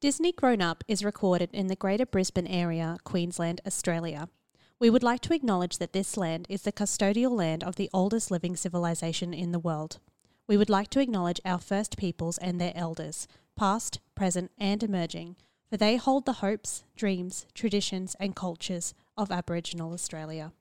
Disney Grown Up is recorded in the Greater Brisbane Area, Queensland, Australia. We would like to acknowledge that this land is the custodial land of the oldest living civilization in the world. We would like to acknowledge our first peoples and their elders, past, present, and emerging, for they hold the hopes, dreams, traditions, and cultures of Aboriginal Australia.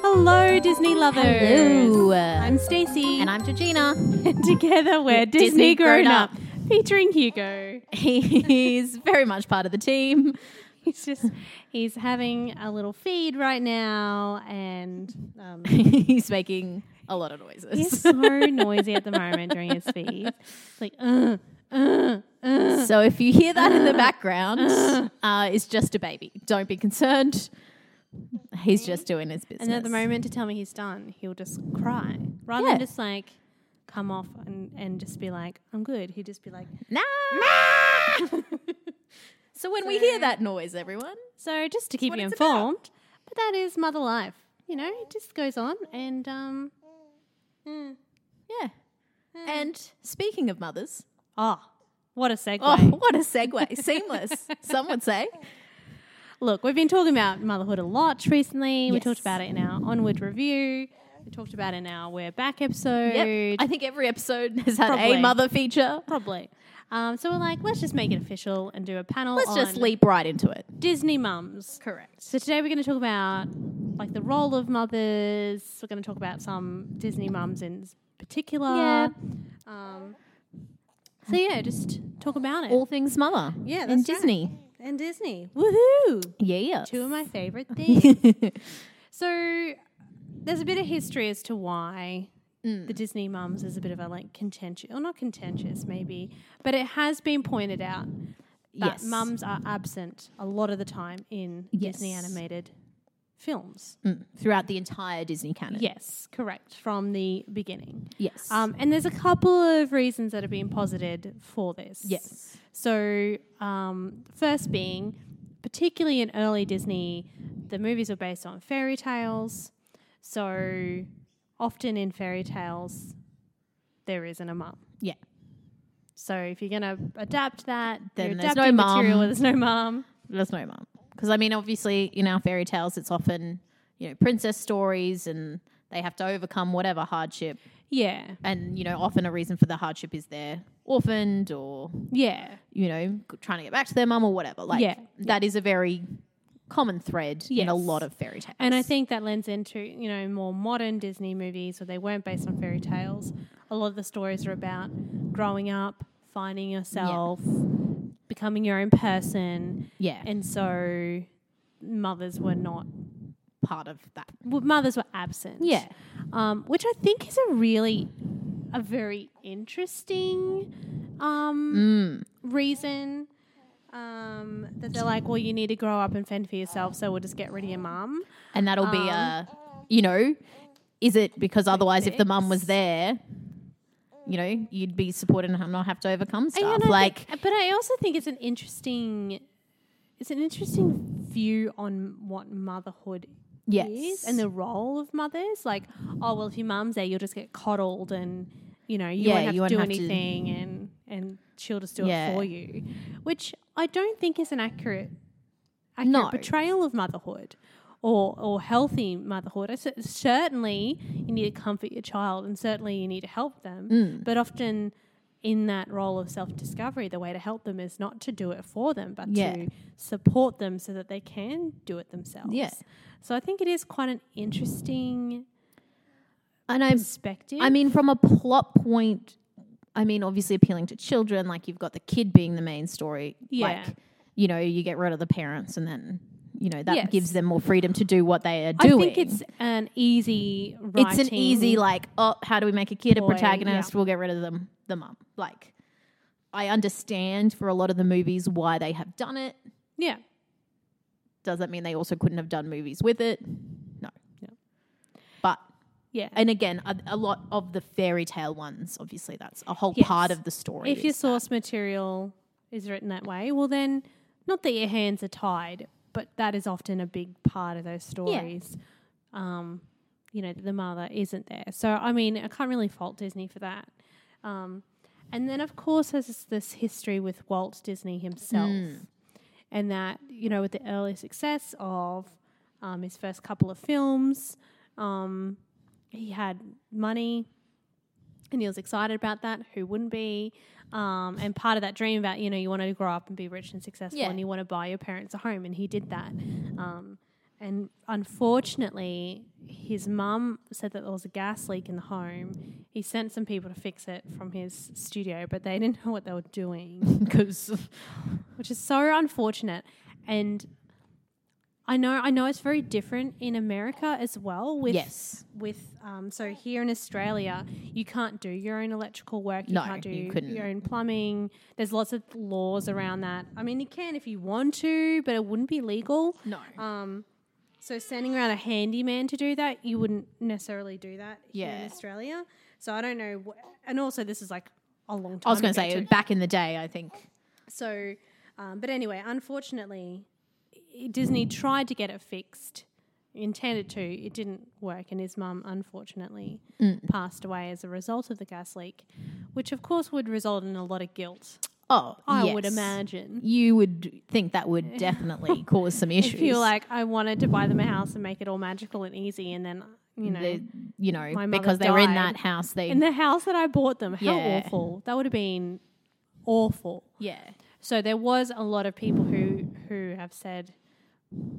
Hello, Disney lovers. Hello. I'm Stacey, And I'm Georgina. and together we're Disney, Disney Grown Grown Up, Up. featuring Hugo. He's very much part of the team. He's just he's having a little feed right now, and um, He's making a lot of noises. he's so noisy at the moment during his feed. It's like, uh, uh, uh. So if you hear that in the background, uh, it's just a baby. Don't be concerned. He's just doing his business. and at the moment to tell me he's done, he'll just cry rather Yeah. than just like come off and, and just be like, "I'm good." He'd just be like, Nah. so when we hear that noise, everyone, "So just to keep what you it's about. informed." But that is mother life, you know. It just goes on, and um, yeah. And speaking of mothers, oh, what a segue! oh, what a segue. Seamless, some would say. Look, we've been talking about motherhood a lot recently. We Yes. talked about it in our onward review. We talked about it in our We're Back episode. Yep. I think every episode has had Probably. a mother feature. Probably. Um, so we're like, let's just make it official and do a panel Let's on just leap right into it. Disney mums. Correct. So today we're going to talk about like the role of mothers. We're going to talk about some Disney mums in particular. Yeah. Um, so yeah, just talk about it. All things mother. Yeah, in that's right. Disney. and Disney. Woohoo! Yeah. Two of my favorite things. So there's a bit of history as to why Mm. the Disney mums is a bit of a like contentious, or not contentious maybe, but it has been pointed out that Yes. mums are absent a lot of the time in Disney Yes. Mm. animated films. Throughout the entire Disney canon. Yes, correct, from the beginning. Yes. Um, and there's a couple of reasons that have been posited for this. Yes. So, um, first being, particularly in early Disney, the movies were based on fairy tales. So, often in fairy tales, there isn't a mum. yeah. So, if you're going to adapt that, Then you're there's no adapting material mum. where there's no mum. There's no mum. Because, I mean, obviously, in our fairy tales, it's often, you know, princess stories and they have to overcome whatever hardship. Yeah. And, you know, often a reason for the hardship is they're orphaned or, Yeah. you know, g- trying to get back to their mum or whatever. Like, Yeah. that is a very common thread in a Yes. lot of fairy tales. And I think that lends into, you know, more modern Disney movies where they weren't based on fairy tales. A lot of the stories are about growing up, finding yourself, becoming your own person. yeah. And so mothers were not, part of that. well, mothers were absent. Yeah. Um, which I think is a really, a very interesting um, Mm. reason. Um, that they're like, well, you need to grow up and fend for yourself, so we'll just get rid of your mum. And that'll be Um, a, you know, is it because otherwise if the mum was there, you know, you'd be supported and not have to overcome And stuff. I Like, think- but I also think it's an interesting, it's an interesting view on what motherhood yes. is and the role of mothers. Like, oh well, if your mum's there, you'll just get coddled, and you know you Yeah, won't have you to do won't have to- anything, and and she'll just do Yeah. it for you, which I don't think is an accurate, accurate No. portrayal of motherhood. Or, or healthy motherhood. I cer- Certainly, you need to comfort your child, and certainly you need to help them. Mm. But often, in that role of self discovery, the way to help them is not to do it for them, but Yeah. to support them so that they can do it themselves. Yeah. So I think it is quite an interesting and I'm, perspective. I mean, from a plot point, I mean, obviously appealing to children, like you've got the kid being the main story. Yeah. Like, you know, you get rid of the parents and then, you know, that Yes. gives them more freedom to do what they are I doing. think it's an easy writing. It's an easy like, oh, how do we make a kid a ploy, protagonist? yeah. We'll get rid of them, the mum. Like, I understand for a lot of the movies why they have done it. Yeah. Does that mean they also couldn't have done movies with it? No. But Yeah. and again, a, a lot of the fairy tale ones, obviously, that's a whole Yes. part of the story. if your is source material is written that way, well, then not that your hands are tied, but that is often a big part of those stories. Um, you know, that the mother isn't there. So, I mean, I can't really fault Disney for that. Um, and then, of course, there's this- this history with Walt Disney himself, and that, you know, with the early success of um, his first couple of films, um, he had money and he was excited about that. Who wouldn't be? Um, and part of that dream about you know you want to grow up and be rich and successful, Yeah. and you want to buy your parents a home, and he did that. Um, and unfortunately, his mum said that there was a gas leak in the home. He sent some people to fix it from his studio, but they didn't know what they were doing because which is so unfortunate. And I know, I know, it's very different in America as well. With Yes. with um, so here in Australia, you can't do your own electrical work. You No, can't do you couldn't. your own plumbing. There's lots of laws around that. I mean, you can if you want to, but it wouldn't be legal. no, So sending around a handyman to do that, you wouldn't necessarily do that here Yeah. in Australia. So I don't know. Wh- and also, this is like a long time. I was going to ago say Um, too. back in the day, I think. So, um, but anyway, unfortunately, i- Disney tried to get it fixed, intended to. It didn't work, and his mum unfortunately Mm. passed away as a result of the gas leak, which of course would result in a lot of guilt. Oh, I yes. would imagine. you would think that would definitely cause some issues. If you're like, I wanted to buy them a house and make it all magical and easy, and then you know. They- you know, my mother because they were in died. that house, they in the house that I bought them, how Yeah. awful. That would have been awful. yeah, So there was a lot of people who who have said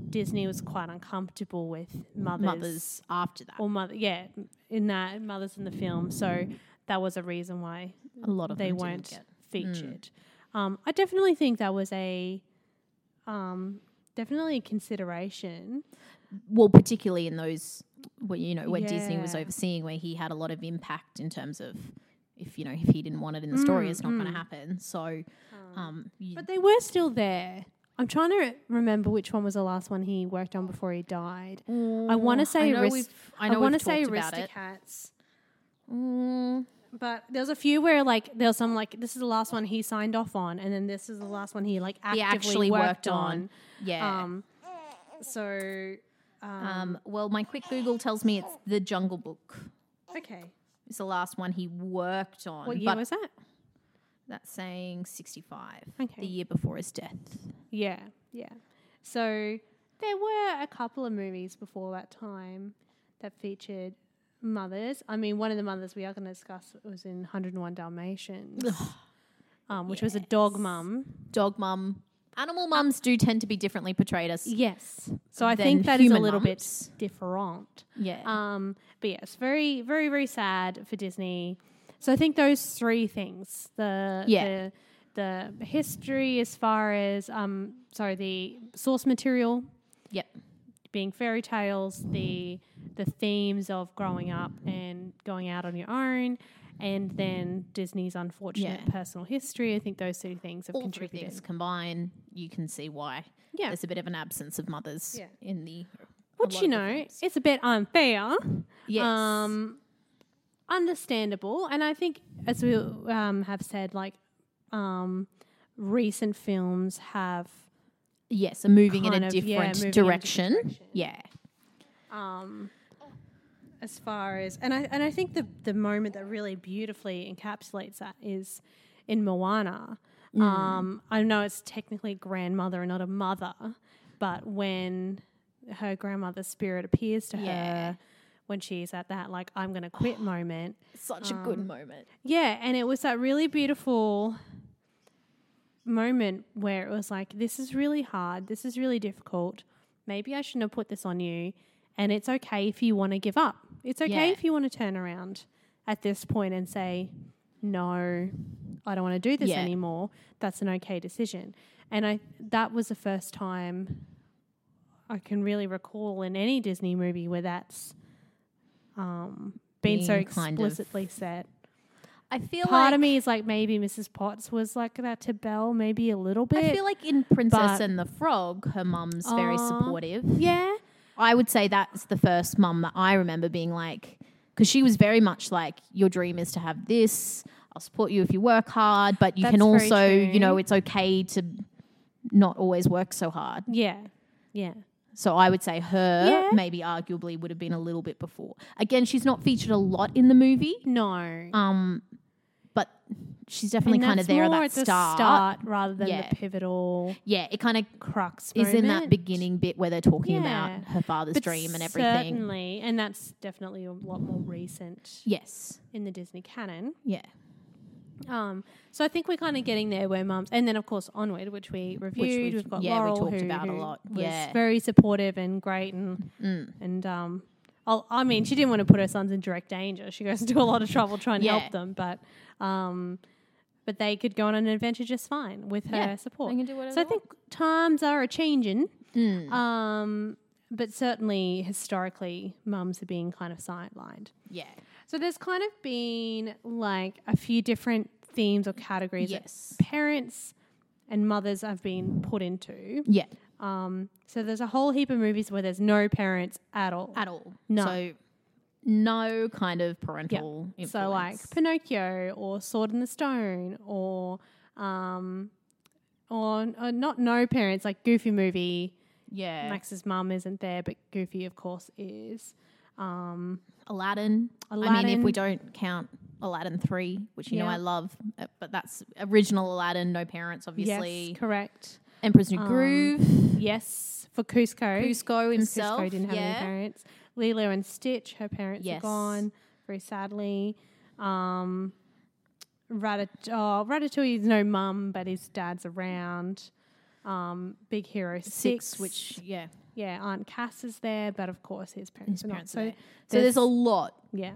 Disney was quite uncomfortable with mothers, mothers after that, or mother, yeah, in that mothers in the film. So that was a reason why a lot of they them didn't weren't get- featured. Um, I definitely think that was a um, definitely a consideration. well, particularly in those, well, you know, when Disney was Yeah. overseeing, where he had a lot of impact in terms of if you know if he didn't want it in the story, it's not going to happen. So, um, you- Mm, But they were still there. I'm trying to re- remember which one was the last one he worked on before he died. I want to say know Arist- we've- Mm, I know we've want to say talked about it. Aristocats. Mm, But there's a few where like there's some like this is the last one he signed off on, and then this is the last one he like actively he actually worked, worked, on. on, yeah. Um, so Um, well, my quick Google tells me it's The Jungle Book. okay, It's the last one he worked on. what year but was that? That's saying 65, Okay. the year before his death. Yeah, yeah. So there were a couple of movies before that time that featured mothers. I mean, one of the mothers we are going to discuss was in 101 Dalmatians, um, which was a dog mum. Dog mum. Animal mums do tend to be differently portrayed as. Yes. So I Then think that is a human little mums. bit different. Yeah. Um, but yeah, it's very, very, very sad for Disney. So I think those three things: the Yeah. the, the history as far as um, sorry, the source material yep. being fairy tales, the the themes of growing up and going out on your own, and then Disney's unfortunate Yeah. personal history. I think those two things have All three contributed. things combined, you can see why Yeah. there's a bit of an absence of mothers Yeah. in the. Which you know, it's a bit unfair. Yes. um, understandable. And I think, as we um, have said, like um, recent films have yes, are moving in kind a of, yeah, different moving in a different direction. direction. Yeah. um, as far as and I and I think the the moment that really beautifully encapsulates that is in Moana. Um, I know it's technically grandmother and not a mother, but when her grandmother's spirit appears to Yeah. her when she's at that like I'm gonna quit moment, Such a Um, good moment. Yeah, and it was that really beautiful moment where it was like, this is really hard. This is really difficult. Maybe I shouldn't have put this on you. And it's okay if you want to give up. It's okay Yeah. if you want to turn around at this point and say, no, I don't want to do this Yeah. anymore, that's an okay decision. And I that was the first time I can really recall in any Disney movie where that's um, been so Being kind of- explicitly said. I feel Part like of me is like maybe Mrs. Potts was like that to Belle, maybe a little bit. I feel like in Princess but- and the Frog, her mum's very Aw. supportive. yeah, I would say that's the first mum that I remember being like, because she was very much like, your dream is to have this. I'll support you if you work hard, but you can That's very also, true. you know, it's okay to not always work so hard. yeah, yeah. So I would say her Yeah. maybe arguably would have been a little bit before. Again, she's not featured a lot in the movie, No, um, but she's definitely And kind of that's there at more that the start. start rather than Yeah. the pivotal Yeah, it kind of crux. is in that moment. beginning bit where they're talking Yeah. about her father's But dream and everything. Certainly, and that's definitely a lot more recent Yes. in the Disney canon. Yeah. Um, so I think we're kind of getting there where mums, and then of course onward, which we reviewed. we've- we've got yeah, we Laurel, talked who, about a who lot. was Yeah. Mm. very supportive and great, and and um, I'll, I mean, she didn't want to put her sons in direct danger. She goes to a lot of trouble trying to Yeah. help them, but um, but they could go on an adventure just fine with her Yeah, support. they can do whatever so I they Mm. think times are a changing. Um, but certainly historically, mums are being kind of sidelined. Yeah. So there's kind of been like a few different themes or categories Yes. that parents and mothers have been put into. Yeah. Um, so there's a whole heap of movies where there's no parents at all. At all. No. So no kind of Yeah. parental influence. So like Pinocchio or Sword in the Stone or um, or, or not no parents like Goofy movie. yeah. Max's mum isn't there, but Goofy of course is. Um, Aladdin. I mean, if we Aladdin. don't count Aladdin 3, which you know Yeah. I love, uh, but that's original Aladdin, no parents, obviously. yes, correct. Emperor's New Um, Groove. Yes, for Cusco. Cusco 'Cause himself. Cusco didn't have yeah. any parents. Lilo and Stitch, her parents Yes. are gone very sadly. Um, Ratat- oh, Ratatouille's no mum, but his dad's around. Um, Big Hero Six, Six, which, yeah, yeah, Aunt Cass is there, but of course his parents his are parents not. are there. so So there's a lot yeah,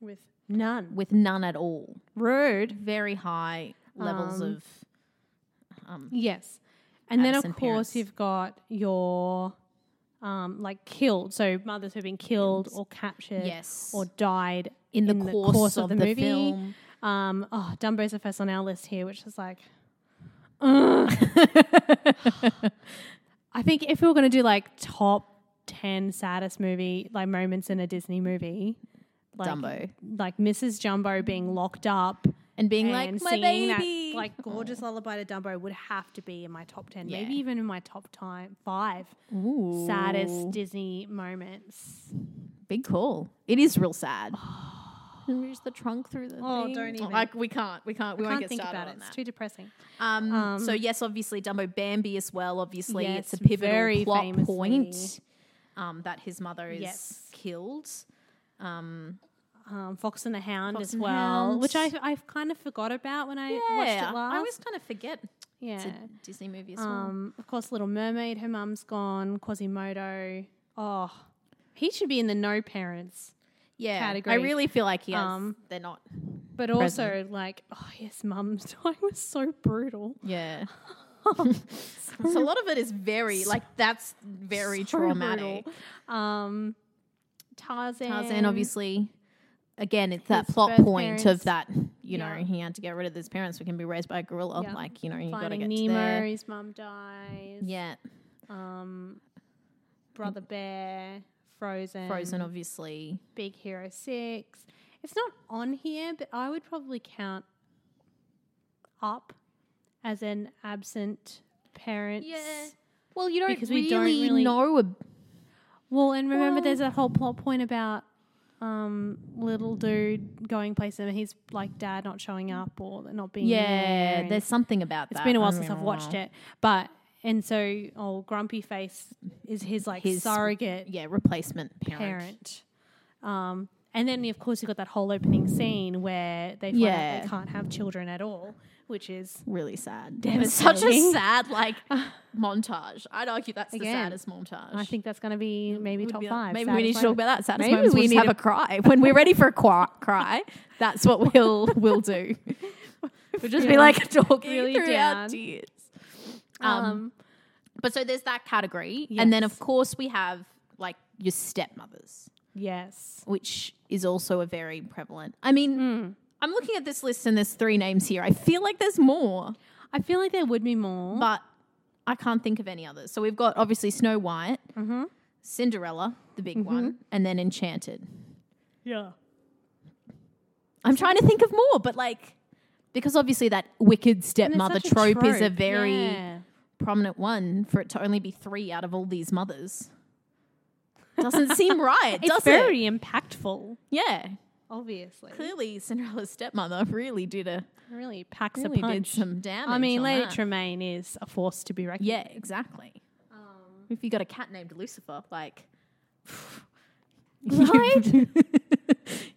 with none with none at all. rude. Very high levels Um, of. Um, Yes. And then, of Absent course, parents. you've got your um, like killed. So mothers who've been killed or captured Yes. or died in, the, course of, the, movie. film. Um, oh, Dumbo's the first on our list here, which is like, ugh. I think if we were going to do like top 10 saddest movie, like moments in a Disney movie, like, Dumbo. Like Mrs. Jumbo being locked up And being and like, my singing baby. that like gorgeous lullaby to Dumbo would have to be in my top ten, Yeah. maybe even in my top time five Ooh. saddest Disney moments. Big call. It is real sad. Reach the trunk through the Oh, thing. don't even. Like we can't. We can't. We Can't won't get think started about it; on it's that. too depressing. um, um, so yes, obviously Dumbo Bambi as well. Obviously, Yes, it's a pivotal very plot famously. point um, that his mother is Yes. killed. Um, Um, Fox and the Hound Fox as and the well, Hound. which I I kind of forgot about when I watched yeah, it last. I always kind of forget it's yeah. a Disney movie as well. Um, of course, Little Mermaid. Her mum's gone. Quasimodo. Oh, he should be in the no parents. Yeah, I category. really feel like he has. Um, they're not. But also, like, oh yes, mum's dying was so brutal. Yeah. so a lot of it is very like that's very so traumatic. brutal. Um, Tarzan. Tarzan, obviously, again, it's that His plot birth point parents. of that, you know, Yeah. he had to get rid of his parents. We can be raised by a gorilla. Yeah. Like, you know, you got to Finding get to Nemo. there. His mum dies. Yeah. Um, Brother Bear. Frozen. Frozen, obviously. Big Hero Six. It's not on here, but I would probably count Up as an absent parent. Well, you don't Because really, we don't really- know. A, Well, and remember, Well- there's that whole plot point about um, little dude going places and he's like dad not showing up or not being there. yeah, and- there's something about that. It's been a while I since I've don't watched know. it, but and so old Grumpy Face is his like His- surrogate Yeah, replacement parent. parent. Um, and then of course you've got that whole opening scene where they find out Yeah. they can't have children at all, which is Really sad. It's such a Devastating. sad like montage. I'd argue that's Again, the saddest montage. I think that's going to be maybe Would top be like- five. Maybe we need to Saddest talk moment. about that. Saddest Maybe moments. we We need need have to- a cry when we're ready for a qua- cry. That's what we'll we'll do. We'll just Really- be like talking really through our down. tears. Um, Um, But so there's that category, and then of course we have like your stepmothers, yes. which is also a very prevalent. I mean, Hmm. I'm looking at this list and there's three names here. I feel like there's more, I feel like there would be more. but I can't think of any others. So we've got obviously Snow White, Mm-hmm. Cinderella, the big one, and then Enchanted. yeah. I'm trying to think of more, but like because obviously that wicked stepmother trope, is a very Yeah. prominent one for it to only be three out of all these mothers. Doesn't seem right, It's does it? very impactful, Yeah. obviously. Clearly Cinderella's stepmother really did a Really packs really a did punch. some damage. I mean, on Lady that. Tremaine is a force to be reckoned. Yeah, exactly. um, if you got a cat named Lucifer, like Right?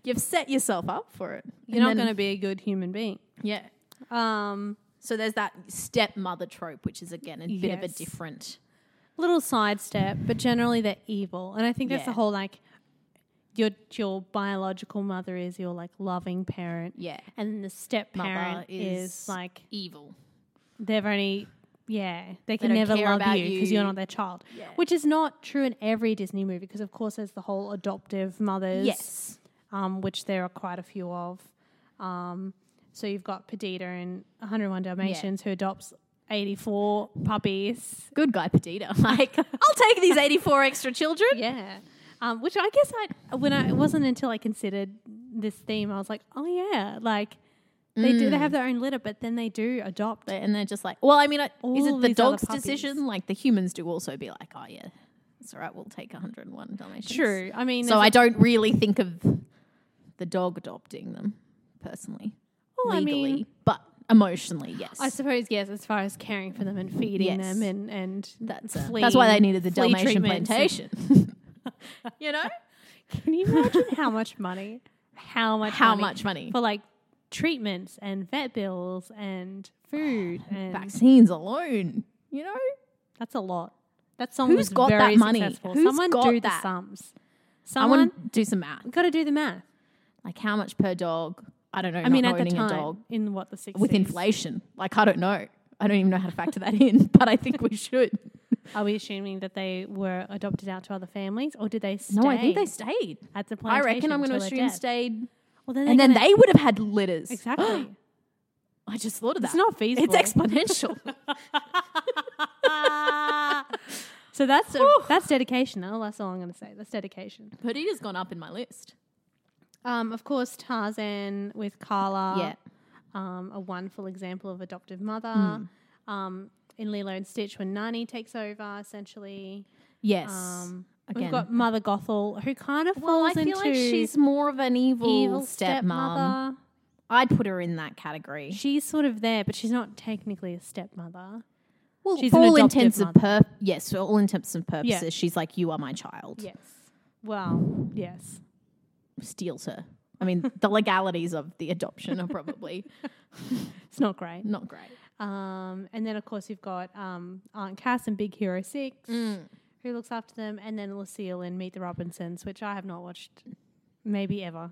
you've set yourself up for it. You're not going to be a good human being. Yeah. Um, So there's that stepmother trope, which is again a bit of a Yes. different little sidestep, but generally they're evil, and I think that's the Yeah. whole like your your biological mother is your like loving parent, Yeah. and the step Mother parent is, is- like evil. they've only yeah they can don't never care love about you because you. are you. not their child, Yeah. which is not true in every Disney movie because of course there's the whole adoptive mothers, Yes. um, which there are quite a few of. Um, so you've got Perdita in 101 Dalmatians who adopts 84 puppies. Good guy Padita. Like, I'll take these 84 extra children. Yeah. Um, which I guess I when I it wasn't until I considered this theme I was like, oh yeah, like they do Mm. they have their own litter, but then they do adopt. And they're just like, well, I mean, I, is All it the these other dog's puppies. decision? Like, the humans do also be like, oh, yeah, it's all right, we'll take 101 Dalmatians. True. I mean, So I don't really think of the dog adopting them personally, Well, I legally, mean- but emotionally, yes. I suppose yes, as far as caring for them and feeding Yes. them and and that's, uh, that's why they flea- needed the flea Dalmatian treatments and- plantation. you know? Can you imagine how much money? How much? How money much money? for like treatments and vet bills and food and Vaccines alone, you know? that's a lot. That song Who's was got that very money? successful. Who's Someone got do that? the sums. I Someone want to do some math. got to do the math. Like, how much per dog? I don't know. I mean, not at the owning time, a dog. in what the 60s. with inflation. Like, I don't know. I don't even know how to factor that in, but I think we should. Are we assuming that they were adopted out to other families, or did they stay? No, I think they stayed. at the I plantation. reckon I'm going till to their assume death? stayed. Well, then And then gonna- they would have had litters. exactly. I just thought of that. it's not feasible. It's exponential. so that's that's dedication. Oh, that's all I'm going to say. That's dedication. Perdita's gone up in my list. Um, of course, Tarzan with Carla. Yeah. Hmm. um, a wonderful example of adoptive mother. Um, in Lilo and Stitch, when Nani takes over, essentially. Yes. Um, Again. We've got Mother Gothel, who kind of falls well, I feel into like she's more of an evil, evil stepmom. stepmother. I'd put her in that category. She's sort of there, but she's not technically a stepmother. well, she's for an all adoptive intents and pur- yes, for all intents and purposes, Yeah. she's like, you are my child. Yes. Well, yes. Steals her. I mean, the legalities of the adoption are probably It's not great. not great. Um, and then, of course, you've got um, Aunt Cass and Big Hero 6, Mm. who looks after them, and then Lucille in Meet the Robinsons, which I have not watched maybe ever.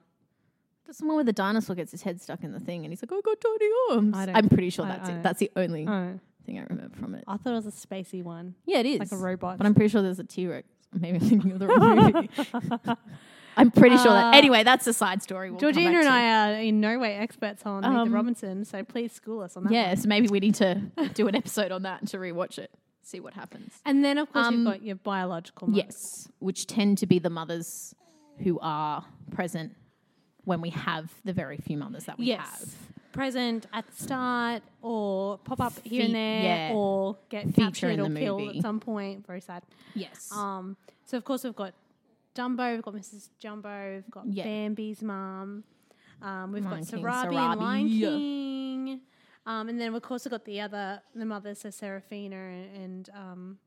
There's one where the dinosaur gets his head stuck in the thing and he's like, I got tiny arms. I don't- I'm pretty sure I- that's I it. don't- That's the only Oh. thing I remember from it. I thought it was a spacey one. Yeah, it is. Like a robot. But I'm pretty sure there's a T Rex. Maybe I'm thinking of the wrong movie. I'm pretty sure that. Anyway, that's a side story. We'll come Georgina and back to. I are in no way experts on Meet Um, the Robinsons, so please school us on that. Yeah, so maybe we need to do an episode on that to rewatch it, see what happens. And then, of course, Um, you've got your biological mother. Yes, which tend to be the mothers who are present when we have the very few mothers that we Yes. have. Present at the start or pop up here Fe- and there yeah. or get Feature captured in or the killed movie. at some point. Very sad. Yes. Um, so, of course, we've got Dumbo, we've got Mrs. Jumbo, we've got Yeah. Bambi's mum, um, we've Lion got King, Sarabi, and Lion Sarabi. King. Um, and then, of course, we've got the other the mothers, so Serafina and, and um,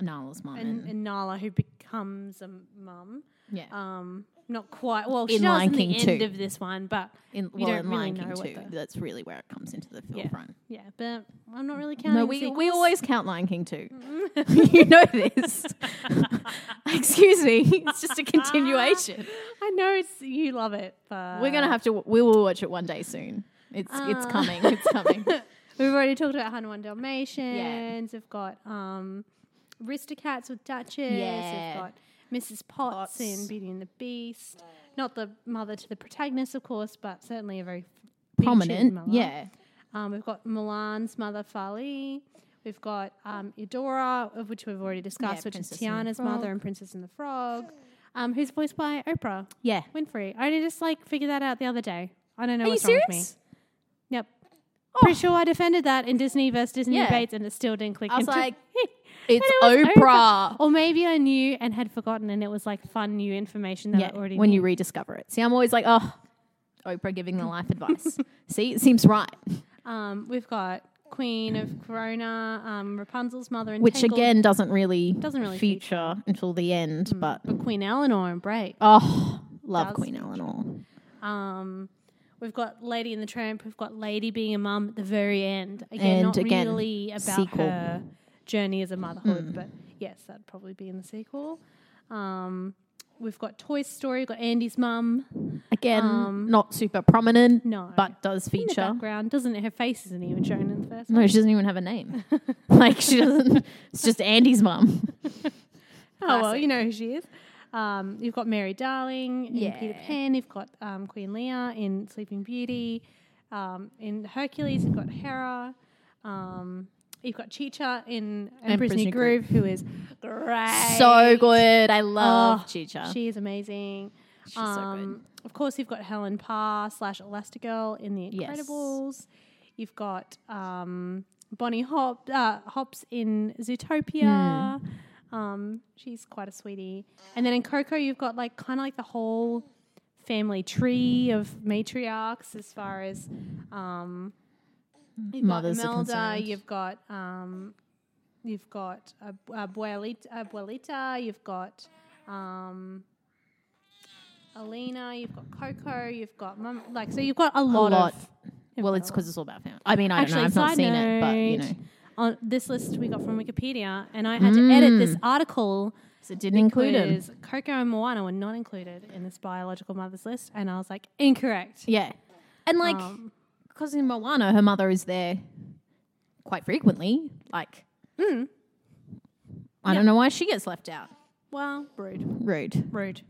Nala's mum. and, and- and Nala, who becomes a mum. yeah. Um, not quite. Well, In she does Lion in the King end two. of this one, but In, we well, don't in really Lion know King what too, the. that's really where it comes into the Yeah, forefront. yeah, but I'm not really counting. No, we, we sequels. always count Lion King too. you know this. Excuse me. It's just a continuation. I know it's you love it, but We're gonna have to. We will watch it one day soon. It's Uh, it's coming. It's coming. We've already talked about 101 Dalmatians. We've got um, Aristocats with Duchess. Yeah. We've got Mrs. Potts, Potts. in Beauty and the Beast. Not the mother to the protagonist, of course, but certainly a very featured Prominent. mother. Yeah. Um, we've got Milan's mother, Fali. We've got um, Eudora, of which we've already discussed, which Princess is and the Tiana's mother and Princess and the Frog, um, who's voiced by Oprah Yeah. Winfrey. I only just like figured that out the other day. I don't know Are you what's wrong with me. serious? Oh. Yep. Pretty sure I defended that in Disney versus Disney Yeah. debates, and it still didn't click. I was into- like, And It's it was Oprah. Or maybe I knew and had forgotten, and it was like fun new information that Yeah. I already When knew. you rediscover it. See, I'm always like, oh, Oprah giving the life advice. See, it seems right. um, we've got Queen of Corona, um, Rapunzel's mother, and Which again doesn't really Doesn't really feature until the end, but Queen Eleanor and Brave. oh, love Does Queen Eleanor. Um, we've got Lady in the Tramp. We've got Lady being a mum at the very end. Again, And not again, really about sequel. Mm. her journey as a motherhood, but yes, that'd probably be in the sequel. Um, we've got Toy Story. We've got Andy's mum. Again, Um, not super prominent, No. but does in the feature. background. Doesn't her face isn't even shown in the first No, one. she doesn't even have a name. like she doesn't. It's just Andy's mum. Oh well, you know who she is. Um, you've got Mary Darling in Peter Yeah. Pan. You've got um, Queen Leah in Sleeping Beauty. Um, in Hercules, you've got Hera. Um, you've got Chicha in Emperor's New New Groove, who is great. So good. I love Oh, Chicha. She is amazing. so Um, Of course, you've got Helen Parr slash Elastigirl in The Yes. Incredibles. You've got um, Bonnie Hop, uh, Hops in Mm. Zootopia. Um, she's quite a sweetie. And then in Coco, you've got like kind of like the whole family tree of matriarchs as far as um, you've Mothers are got Imelda, concerned. you've got um, you've got Ab- Abuelita, Abuelita you've got um, Alina, you've got Coco, you've got Mum. Like, so you've got a lot, lot. of. well, it's because it's all about family. I mean, I Actually, don't know. I've not side seen it, but you note, know, On this list we got from Wikipedia, and I had Mm. to edit this article so it didn't include him. because Coco and Moana were not included in this biological mother's list, and I was like, incorrect. Yeah, and like Um, because in Moana, her mother is there quite frequently. Like, Hmm. I don't know why she gets left out. Well, rude, Rude. rude.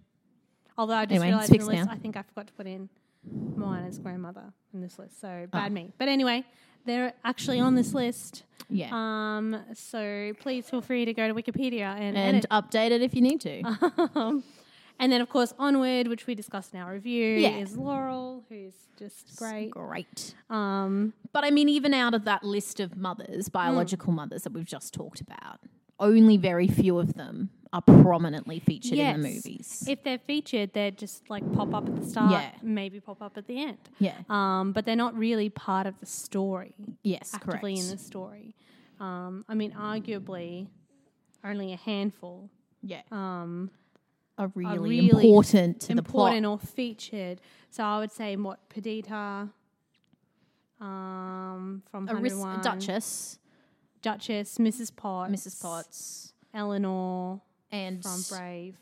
Although I just Anyway, realized it's in the fixed list, now. I think I forgot to put in Moana's grandmother in this list, Ah. so bad me. But anyway, they're actually on this list. Yeah, Um, so please feel free to go to Wikipedia and, and edit. update it if you need to. and then of course Onward, which we discussed in our review, Yeah. is Laurel, who's just great. Great. Um, Hmm. But I mean, even out of that list of mothers, biological mothers that we've just talked about, only very few of them are prominently featured in the Yes. movies. if they're featured, they're just like pop up at the start, Yeah. maybe pop up at the end. yeah. Um, but they're not really part of the story, yes, correct. actively in the story. Um, I mean, arguably, only a handful yeah. Um, are really, really important to important the plot. or featured. So I would say what Perdita um, from Aris- 101, Duchess, Duchess, Mrs. Potts, Mrs. Potts, Eleanor and from Brave,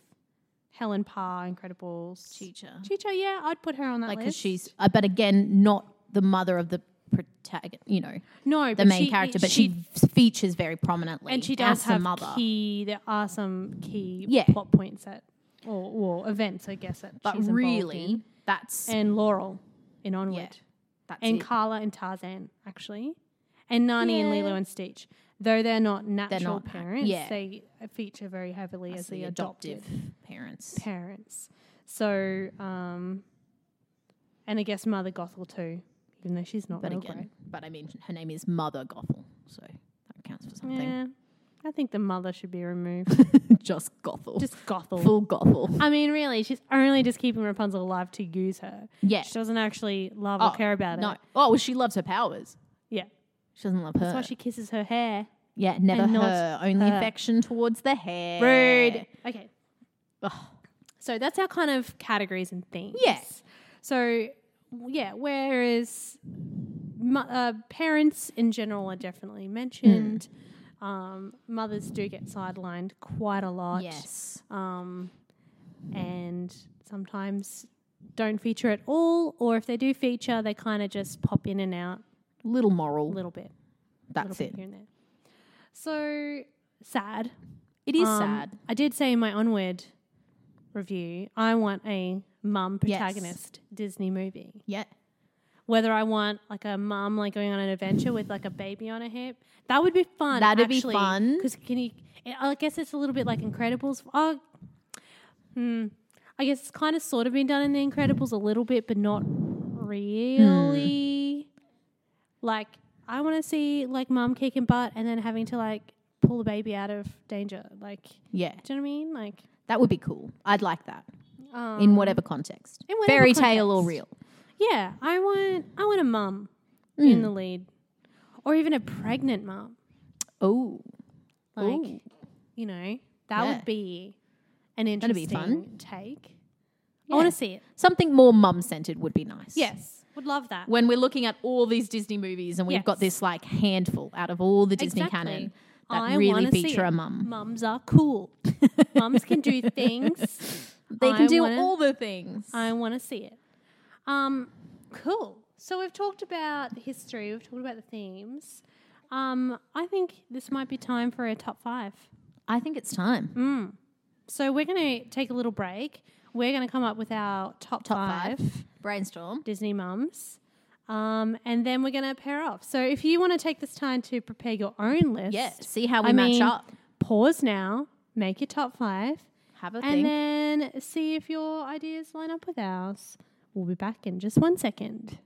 Helen Parr, Incredibles, Teacher. Chicho, yeah, I'd put her on that Like, because list. she's, uh, but again, not the mother of the protagonist, you know, no the but main she- character, but she, features very prominently. and she does as the have mother. key. There are some key Yeah. plot points that or, or events, I guess. That but she's involved really, in. that's, and Laurel in Onward. that's and it. Carla and Tarzan actually, and Nani and Lilo and Stitch. Though they're not natural not- parents, yeah. they feature very heavily as, the adoptive, parents. parents. So, um, and I guess Mother Gothel too, even though she's not But real again, great. but I mean, her name is Mother Gothel, so that counts for something. Yeah, I think the mother should be removed. Just Gothel, just Gothel. full Gothel. I mean, really, she's only just keeping Rapunzel alive to use her. Yeah. She doesn't actually love Oh, or care about No, it. oh, well, she loves her powers. Yeah. She doesn't love her. That's why she kisses her hair. yeah, never and not her. Only her. affection towards the hair. Rude. Okay. Ugh. So that's our kind of categories and things. Yeah. So yeah, whereas mo- uh, parents in general are definitely mentioned. Hmm. Um, mothers do get sidelined quite a lot. Yes. Um, and sometimes don't feature at all, or if they do feature, they kind of just pop in and out Little a moral. little bit, That's little bit it. here and there. So sad. It is Um, sad. I did say in my onward review, I want a mum Yes. protagonist Disney movie. Yeah. Whether I want like a mum like going on an adventure with like a baby on a hip, that would be fun. That'd be fun. because can you? I guess it's a little bit like Incredibles. Oh, hmm. I guess it's kind of sort of been done in the Incredibles a little bit, but not Hmm. really. Like I want to see like mum kicking butt and then having to like pull the baby out of danger. Like Yeah. do you know what I mean? Like That would be cool. I'd like that um, in whatever context. in whatever Fairy tale or context. real. Yeah, I want I want a mum Mm. in the lead, or even a pregnant mum. Oh. Like Ooh. you know, that Yeah. would be an That'd be interesting fun. take. I want to see it. Something more mum centered would be nice. Yes, would love that. When we're looking at all these Disney movies and we've got Yes. this like handful out of all the Disney canon that I really wanna see feature it. a mum. Mums are cool. Mums can do things. They can I do wanna- all the things. I want to see it. Um, cool. So we've talked about the history. We've talked about the themes. Um, I think this might be time for a top five. I think it's time. Mm, So we're going to take a little break. We're going to come up with our top, Top five. Brainstorm. Disney mums. Um, and then we're going to pair off. So if you want to take this time to prepare your own list, Yeah. See how we I match mean, up. Pause now, make your top five, Have a and think. then see if your ideas line up with ours. We'll be back in just one second.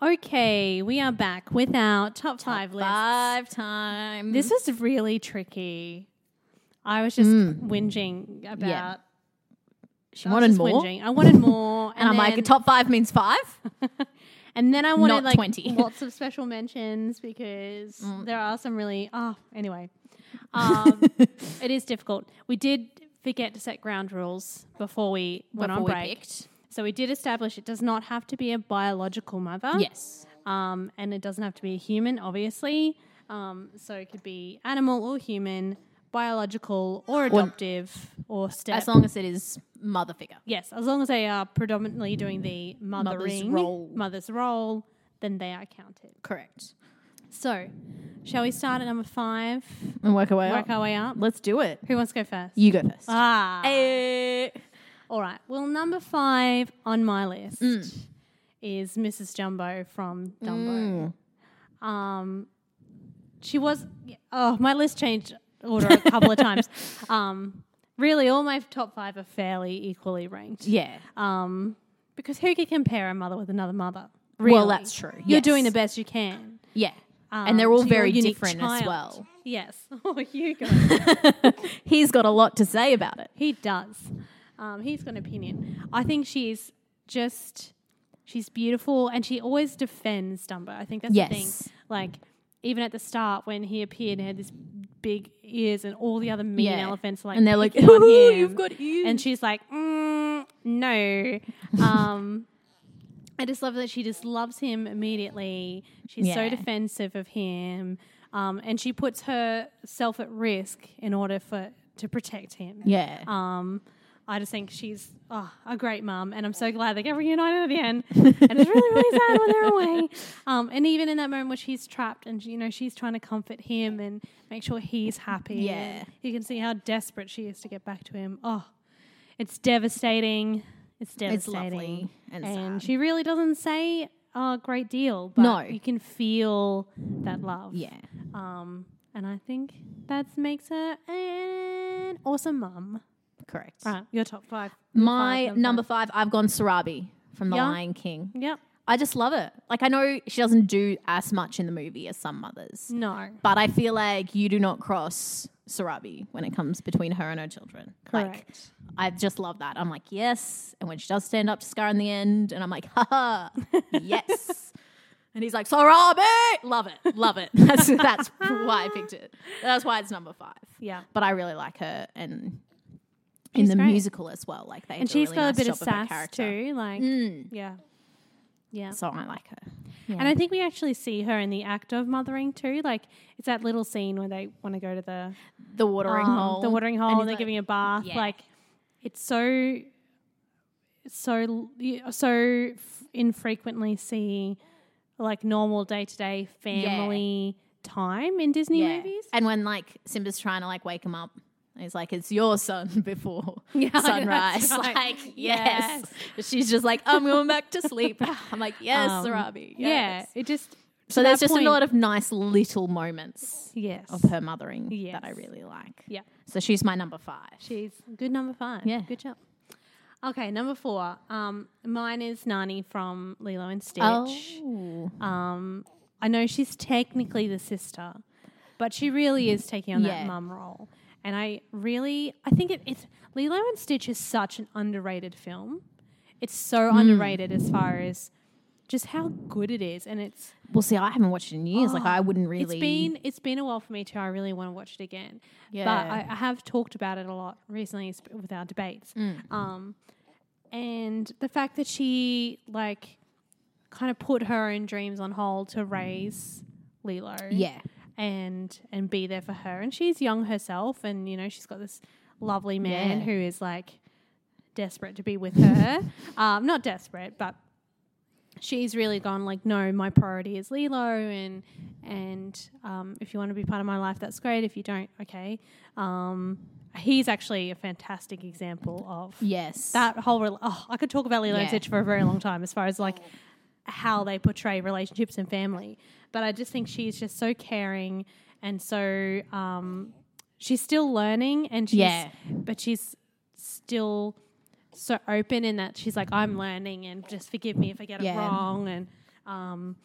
Okay, we are back with our top, five lists. Five times. This was really tricky. I was just whinging about. Hmm. she I was wanted just more. whinging. I wanted more, And I'm like, a then- top five means five? And then I wanted Not Mm. like 20. lots of special mentions because there are some really ah anyway. Um, it is difficult. We did forget to set ground rules before we went on Before we break. picked. So we did establish it does not have to be a biological mother. Yes. Um, and it doesn't have to be a human, obviously. Um, so it could be animal or human, biological or adoptive or, step. As long as it is mother figure. Yes, as long as they are predominantly doing the mothering role. mother's role, then they are counted. Correct. So, shall we start at number five? And work our way Work our way up. Let's do it. Who wants to go first? You go first. ah, Eh. all right. Well, number five on my list Mm. is Mrs. Jumbo from Dumbo. Mm. Um, she was. Oh, my list changed order a couple of times. Um, really, all my top five are fairly equally ranked. yeah. Um, because who can compare a mother with another mother? Well, that's true. You're Yes. doing the best you can. Yeah. um, and they're all to your very unique different as child. well. Yes. Oh, you go. He's got a lot to say about it. he does. Um, he's got an opinion. I think she's just she's beautiful, and she always defends Dumbo. I think that's the Yes. thing. Like even at the start when he appeared and had this big ears, and all the other mean Yeah. elephants are like And they're like, picking on "Ooh, him." you've got ears. and she's like, mm, no. Um, I just love that she just loves him immediately. She's so Yeah. defensive of him, um, and she puts herself at risk in order for to protect him. Yeah. Um, I just think she's oh, a great mum, and I'm so glad they get reunited at the end. and it's really, really sad when they're away. Um, and even in that moment where she's trapped, and you know she's trying to comfort him and make sure he's happy. Yeah. and you can see how desperate she is to get back to him. Oh, it's devastating. It's devastating. lovely and sad. she really doesn't say a great deal, but No. you can feel that love. yeah. Um, and I think that makes her an awesome mum. Correct. Right, your top five. My number five, I've gone Sarabi from The Yeah. Lion King. Yep. I just love it. Like I know she doesn't do as much in the movie as some mothers. No. But I feel like you do not cross Sarabi when it comes between her and her children. Like Correct. I just love that. I'm like, yes. And when she does stand up to Scar in the end, and I'm like, haha, yes. And he's like, Sarabi! Love it. Love it. That's that's why I picked it. That's why it's number five. Yeah. But I really like her and in She's the great. musical as well. Like they and do she's really got nice a bit of job her sass character. too. Like, Mm. yeah, yeah. So I like her. And I think we actually see her in the act of mothering too. Like, it's that little scene where they want to go to the The watering um, hole. the watering And hole, he's and they're like- giving a bath. Yeah. Like, it's so, so, so f- infrequently see like normal day to day family time in Disney Yeah. movies. And when like Simba's trying to like wake him up, and he's like, "It's your sun before Yeah, that's sunrise." right. Like yes. she's just like, "I'm going back to sleep." I'm like, "Yes, Um, Sarabi." Yes. Yeah, it just So there's just a lot of nice little moments yes. of her mothering Yes. that I really like. Yeah. So she's my number five. She's good number five. Yeah. Good job. Okay, number four. Um, mine is Nani from Lilo and Stitch. oh. Um, I know she's technically the sister, but she really is taking on Yeah. that mum role. And I really, I think it, it's Lilo and Stitch is such an underrated film. It's so Hmm. underrated as far as just how good it is, and it's Well, see, I haven't watched it in years. like I wouldn't really. Oh, it's been it's been a while for me too. I really want to watch it again. Yeah. But I, I have talked about it a lot recently sp- with our debates. Mm. Um, and the fact that she like kind of put her own dreams on hold to raise Lilo. Yeah. And and be there for her. And she's young herself and you know, she's got this lovely man Yeah. who is like desperate to be with her. um, not desperate, but she's really gone like no my priority is lilo and and um, if you want to be part of my life that's great if you don't okay um, he's actually a fantastic example of Yes. that whole rel oh, i could talk about lilo Yeah. and stitch for a very long time as far as like how they portray relationships and family but i just think she's just so caring and so um, she's still learning and she's Yeah. but she's still so open in that she's like, I'm learning and just forgive me if I get Yeah. it wrong. And um,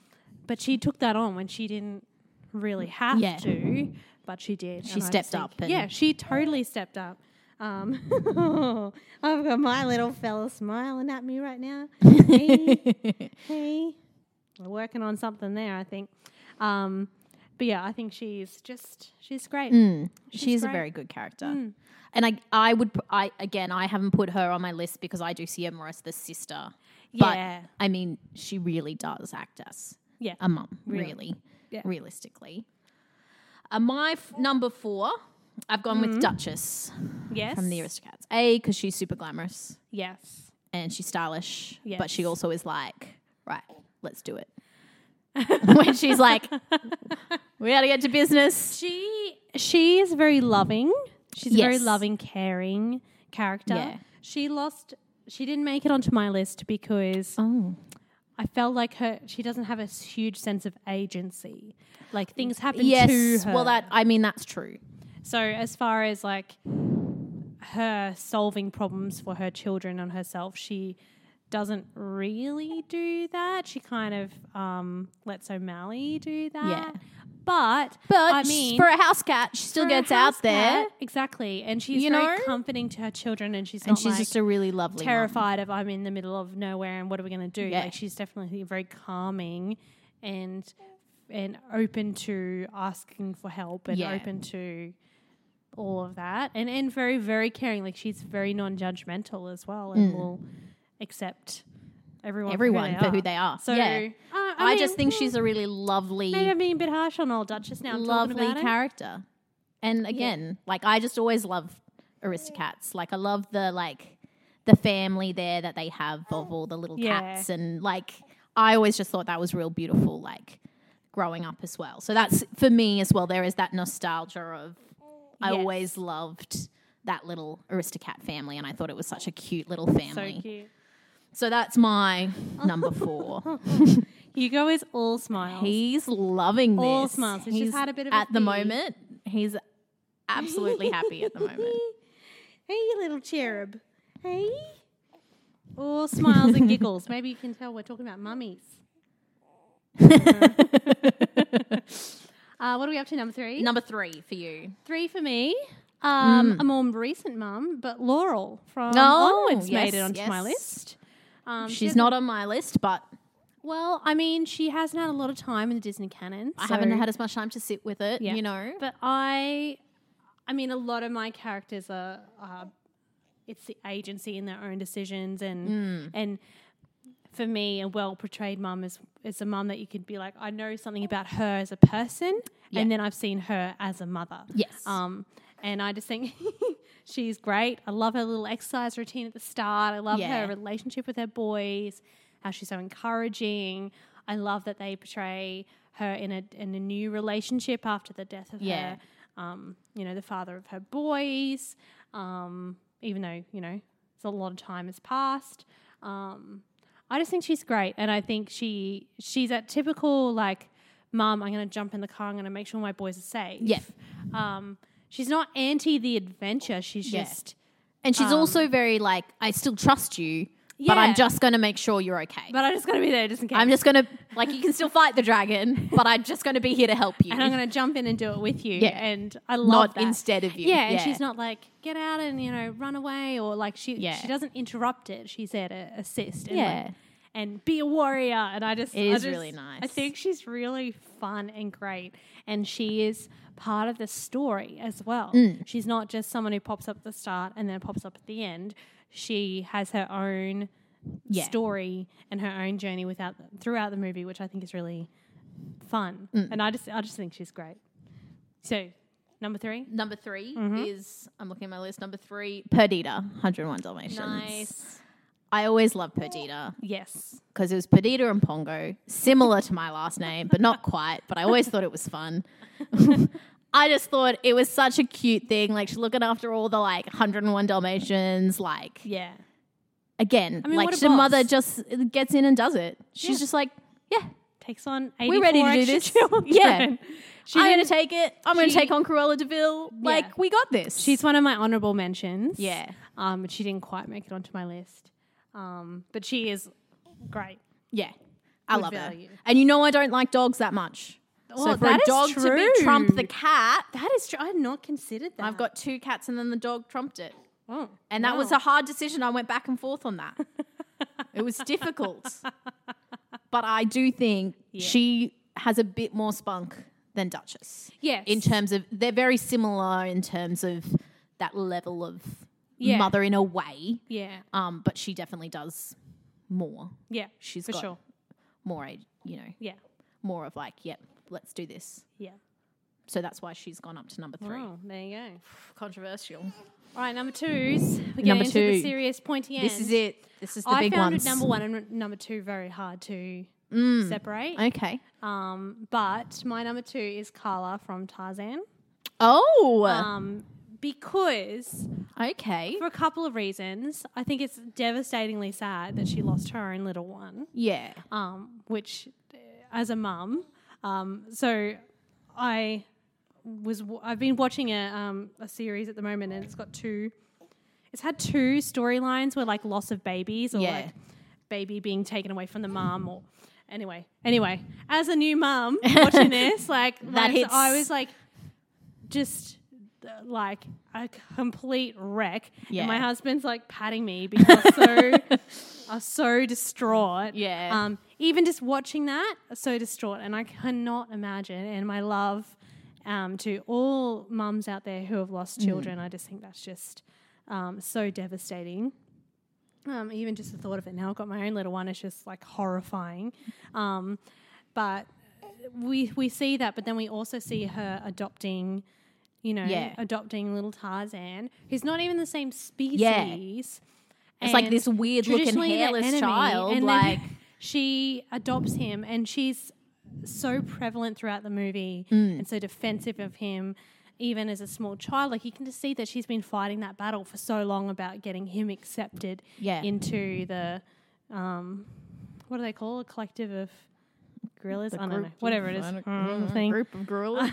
but she took that on when she didn't really have Yeah. to, but she did. She And I just stepped up and- yeah, she totally stepped up. Um, I've got my little fella smiling at me right now. Hey, hey, we're working on something there, I think. Um, but yeah, I think she's just she's great. She's, a great. Mm. very good character. And I, I would, p- I again, I haven't put her on my list because I do see her more as the sister. Yeah. But I mean, she really does act as Yeah, a mum, really, Really. Yeah. realistically. Uh, my f- number four, I've gone with Duchess Mm-hmm. yes, from the Aristocats. A because she's super glamorous yes. and she's stylish, but she Yes. also is like, right, let's do it. when she's like, we got to get to business. She she is very loving. She's a very Yes. loving, caring character. Yeah. She lost she didn't make it onto my list because Oh. I felt like her she doesn't have a s- huge sense of agency. Like things happen to Yes. her. Well, that I mean, that's true. so as far as like her solving problems for her children and herself, she doesn't really do that. She kind of um, lets O'Malley do that. But But I s- mean, for a house cat, she still for a gets out house there, cat. Exactly. And she's You very know? comforting to her children and she's and not she's like just a really lovely, mum. terrified of I'm in the middle of nowhere and what are we gonna do? Yeah. Like she's definitely very calming and and open to asking for help and Yeah. open to all of that. And and very, very caring. Like she's very non judgmental as well and will accept everyone Mm. Everyone for who they, for are. who they are. So yeah, uh, I, I, mean, just think she's a really lovely, maybe I'm being a bit harsh on old Duchess now. I'm talking lovely about it. character. And again, like I just always love Aristocats. Like I love the like the family there that they have of all the little Oh, Yeah. cats, and like I always just thought that was real beautiful. Like growing up as well. So that's for me as well. There is that nostalgia of I Yes. always loved that little Aristocat family, and I thought it was such a cute little family. So cute. So that's my number four. Hugo is all smiles. He's loving this. All smiles. He's just had a bit of a at the feed. moment. He's absolutely happy at the moment. Hey, you little cherub. Hey. All smiles and giggles. Maybe you can tell we're talking about mummies. uh, what are we up to? Number three? Number three for you. three for me. Um, A more recent mum, but Laurel from Mm. Oh, Onwards made it yes, onto my yes. list. Um, she She's hasn't- not on my list, but Well, I mean, she hasn't had a lot of time in the Disney canon. I haven't so- had as much time to sit with it. Yeah. You know. But I, I mean, a lot of my characters are, are it's the agency in their own decisions Mm. and and for me a well portrayed mum is is a mum that you could be like I know something about her as a person Yeah. and then I've seen her as a mother. Yes. Um and I just think she's great. I love her little exercise routine at the start. I love Yeah. her relationship with her boys, how she's so encouraging. I love that they portray her in a in a new relationship after the death of Yeah. her, um, you know, the father of her boys. Um, even though you know, it's a lot of time has passed. Um, I just think she's great, and I think she she's that typical like, mom, I'm going to jump in the car, I'm going to make sure my boys are safe. Yeah. Um, she's not anti the adventure. She's Yeah. just And she's also very like, I still trust you, Yeah. but I'm just going to make sure you're okay. But I just gotta be there just in case. I'm just going to, like, you can still fight the dragon, but I'm just going to be here to help you. and I'm gonna jump in and do it with you. Yeah. And I love Not that. instead of you. Yeah, and Yeah. she's not like get out and you know run away or like she Yeah. she doesn't interrupt it. She's there to assist. And Yeah. like, and be a warrior. And I just It I is just- really nice. I think she's really fun and great, and she is part of the story as well. Mm. She's not just someone who pops up at the start and then pops up at the end. She has her own Yeah. story and her own journey without throughout the movie, which I think is really fun. Mm. And I just I just think she's great. So number three, Number 3 is, I'm looking at my list, number three, Perdita, 101 Dalmatians. I always love Perdita. Yes, because it was Perdita and Pongo, similar to my last name, but not quite. But I always thought it was fun. I just thought it was such a cute thing. Like she's looking after all the like 101 Dalmatians. Like yeah, again, I mean, like what a the mother boss. just gets in and does it. She's just like, yeah, takes on we're ready to do this. Yeah, She I'm gonna didn't- take it. I'm gonna she- take on Cruella Deville. Yeah. Like we got this. She's one of my honorable mentions. Yeah. um, but she didn't quite make it onto my list. Um, but she is great. yeah, I Good love value. her. And you know I don't like dogs that much. Well, so for a Oh, that is dog to true. be Trump the cat, That is true. I had not considered that. I've got two cats, and then the dog trumped it. Oh, And that was wow. a hard decision. I went back and forth on that. it was difficult. But I do think she has a bit more spunk than Duchess. Yes. In terms of, they're very similar in terms of that level of Yeah. mother in a way. yeah, Um, but she definitely does more, yeah. she's for got- sure. more, a- you know, Yeah, more of like, yep, let's do this. yeah. So that's why she's gone up to number three. Wow, Oh, there you go. Controversial. All right, number twos. We're Number getting into the two. serious pointy end. This is it. This is the I big found ones. Mm. number one and r- number two very hard to separate. Okay. Um, but my number two is Carla from Tarzan. Oh. Um, because okay. for a couple of reasons, I think it's devastatingly sad that she lost her own little one. Yeah. um, which uh, as a mum, um, so I was w- I've been watching a um, a series at the moment, and it's got two. It's had two storylines where like loss of babies or Yeah. like baby being taken away from the mum or anyway anyway as a new mum watching this like That my- I hits. was like just uh, like a complete wreck Yeah. and my husband's like patting me because so are so distraught. Yeah. Um, even just watching that, so distraught. And I cannot imagine. And my love um, to all mums out there who have Mm. lost children, I just think that's just um, so devastating. Um, even just the thought of it now, I've got my own little one, it's just like horrifying. Um, but we, we see that, but then we also see her adopting. You know, Yeah. adopting little Tarzan, who's not even the same species. It's like And this weird-looking traditionally their hairless enemy, child, and then like- she adopts him, and she's so prevalent throughout the movie Mm. and so defensive of him, even as a small child. Like you can just see that she's been fighting that battle for so long about getting him accepted Yeah. into the um, what do they call it? a collective of gorillas? I don't know, whatever it is, Mm, thing Group of gorillas.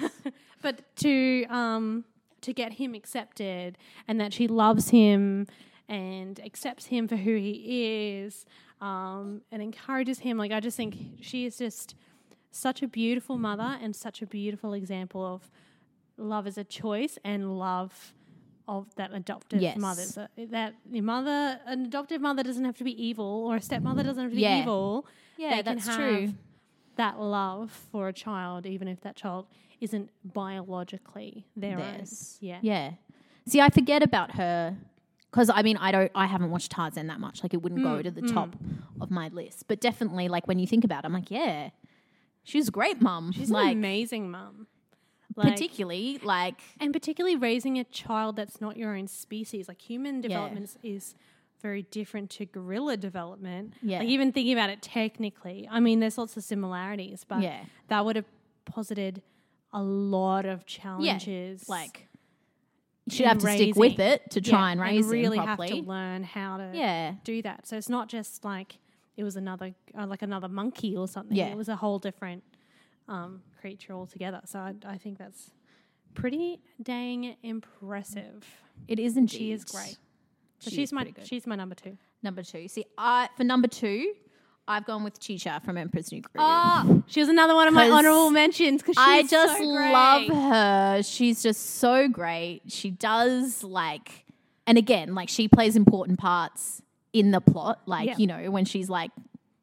but to um to get him accepted and that she loves him and accepts him for who he is um and encourages him like i just think she is just such a beautiful mother and such a beautiful example of love as a choice and love of that adoptive Yes. mother So that your mother an adoptive mother doesn't have to be evil or a stepmother doesn't have to be Yeah. evil Yeah, they can that's have true. That love for a child, even if that child isn't biologically their Theirs. own. Yeah. Yeah. See, I forget about her because I mean I don't I haven't watched Tarzan that much. Like it wouldn't Mm, go to the top of my list. But definitely like when you think about it, I'm like, yeah. She's a great mum. She's like an amazing mum. particularly like and particularly raising a child that's not your own species like human development is very different to gorilla development Yeah. like even thinking about it technically i mean there's lots of similarities but Yeah. that would have posited a lot of challenges yeah, like she'd have in to stick with raising. it to try and raise really him have properly. to learn how to Yeah. do that so it's not just like it was another uh, like another monkey or something Yeah. it was a whole different um, creature altogether so I, I think that's pretty dang impressive It is indeed. she is great so She she's is my pretty good. she's my number two Number two. See, I for number two, I've gone with Chicha from Emperor's New Groove. oh she was another one of my 'Cause honorable mentions because I just love her. She's just so great. She does like, and again, like she plays important parts in the plot. Like Yeah. you know when she's like,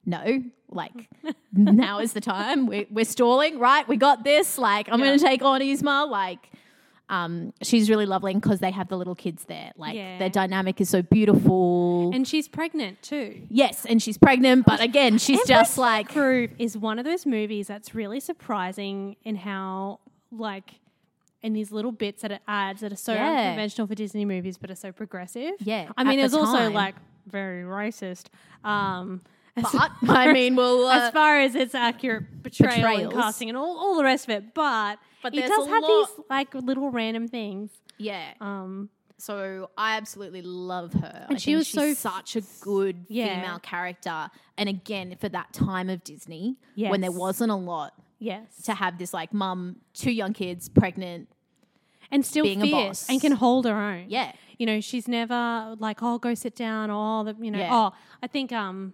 no, like now is the time. We're, we're stalling, right? We got this. Like I'm going to take on Isma. Like. Um, she's really lovely because they have the little kids there. Like Yeah. their dynamic is so beautiful. and she's pregnant too yes, and she's pregnant, but again, she's just like Groove is one of those movies that's really surprising in how like in these little bits that it adds that are so Yeah. unconventional for Disney movies but are so progressive. Yeah, I mean at it's the also time. like very racist. Um as But I mean, well, uh, as far as its accurate portrayal Portrayals. and casting and all, all the rest of it, but but it there's does a have lot- these like little random things. yeah. Um, So I absolutely love her. And she was so- she's such a good Yeah. female character. And again, for that time of Disney, when there Yes. wasn't a lot yes, to have this like mum, two young kids, pregnant. and still being a fierce boss. and can hold her own. Yeah. you know, she's never like, oh, go sit down, or the, you know, Yeah. oh, I think um,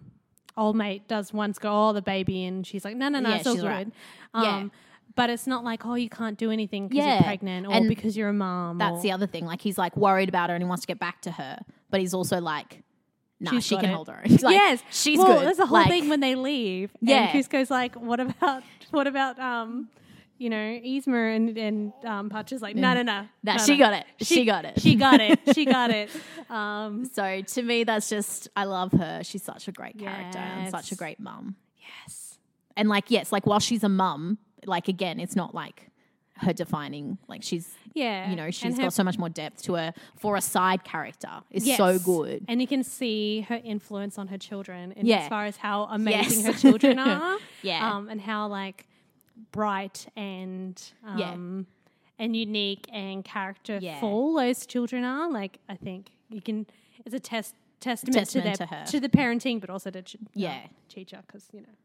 old mate does once go, oh, the baby, and she's like, no, no, no, Yeah, it's all she's good. right. Um, Yeah. But it's not like, oh, you can't do anything because Yeah. you're pregnant or And because you're a mom. That's or, the other thing. Like he's like worried about her and he wants to get back to her. But he's also like, nah, She's she got can it. hold her own. Like, yes, She's well, good. There's a whole Like, thing when they leave. and Yeah. Cusco's like, what about what about um, you know, Yzma and and um, Patch is like, no, no, no, Mm. Nah, no, she no. got it. She, got it. She got it. She got it. Um, so to me, that's just, I love her. She's such a great character and such a Yes. great mum. and like yes like while she's a mum like again it's not like her defining like she's yeah, you know And she's her got so much more depth to her for a side character is so Yes. good And you can see her influence on her children in Yeah. as far as how amazing Yes. her children are. Yeah. Um, and how like bright and Yeah. um and unique and characterful Yeah. those children are. Like I think you can it's a test testament, Testament to to her. their to, the parenting but also to ch- um, Yeah. teacher because you know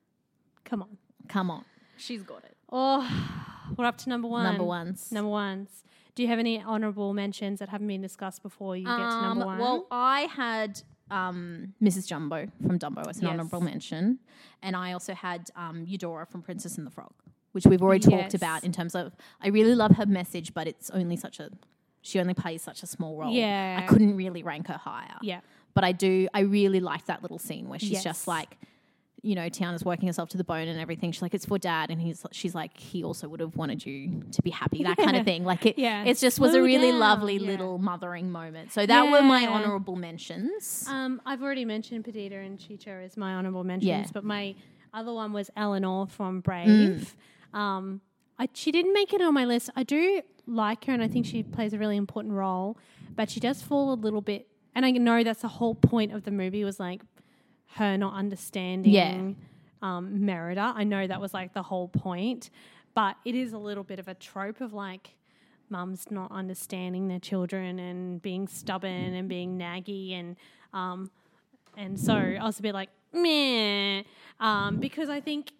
come on. come on she's got it Oh we're up to number one. number ones Number ones. Do you have any honourable mentions that haven't been discussed before you get to number Um, one? well i had um, mrs jumbo from dumbo as an Yes. honorable mention and i also had um, eudora from princess and the frog which we've already Yes. talked about in terms of i really love her message but it's only such a she only plays such a small role Yeah. i couldn't really rank her higher yeah. But I do, I really like that little scene where she's Yes. just like, you know, Tiana's working herself to the bone and everything. She's like, it's for dad. And he's, she's like, he also would have wanted you to be happy, that kind of thing. Like, it Yeah. it's just was a Slow really down. lovely Yeah. little mothering moment. So that were my Yeah. honorable mentions. Um, I've already mentioned Perdita and Chicho as my honourable mentions, Yeah. but my other one was Eleanor from Brave. Mm. Um, I, she didn't make it on my list. I do like her, and I think she plays a really important role, but she does fall a little bit. And I know that's the whole point of the movie was like her not understanding Yeah. um, Merida. I know that was like the whole point, but it is a little bit of a trope of like mums not understanding their children and being stubborn and being naggy and um, and so I was a bit like meh um, because I think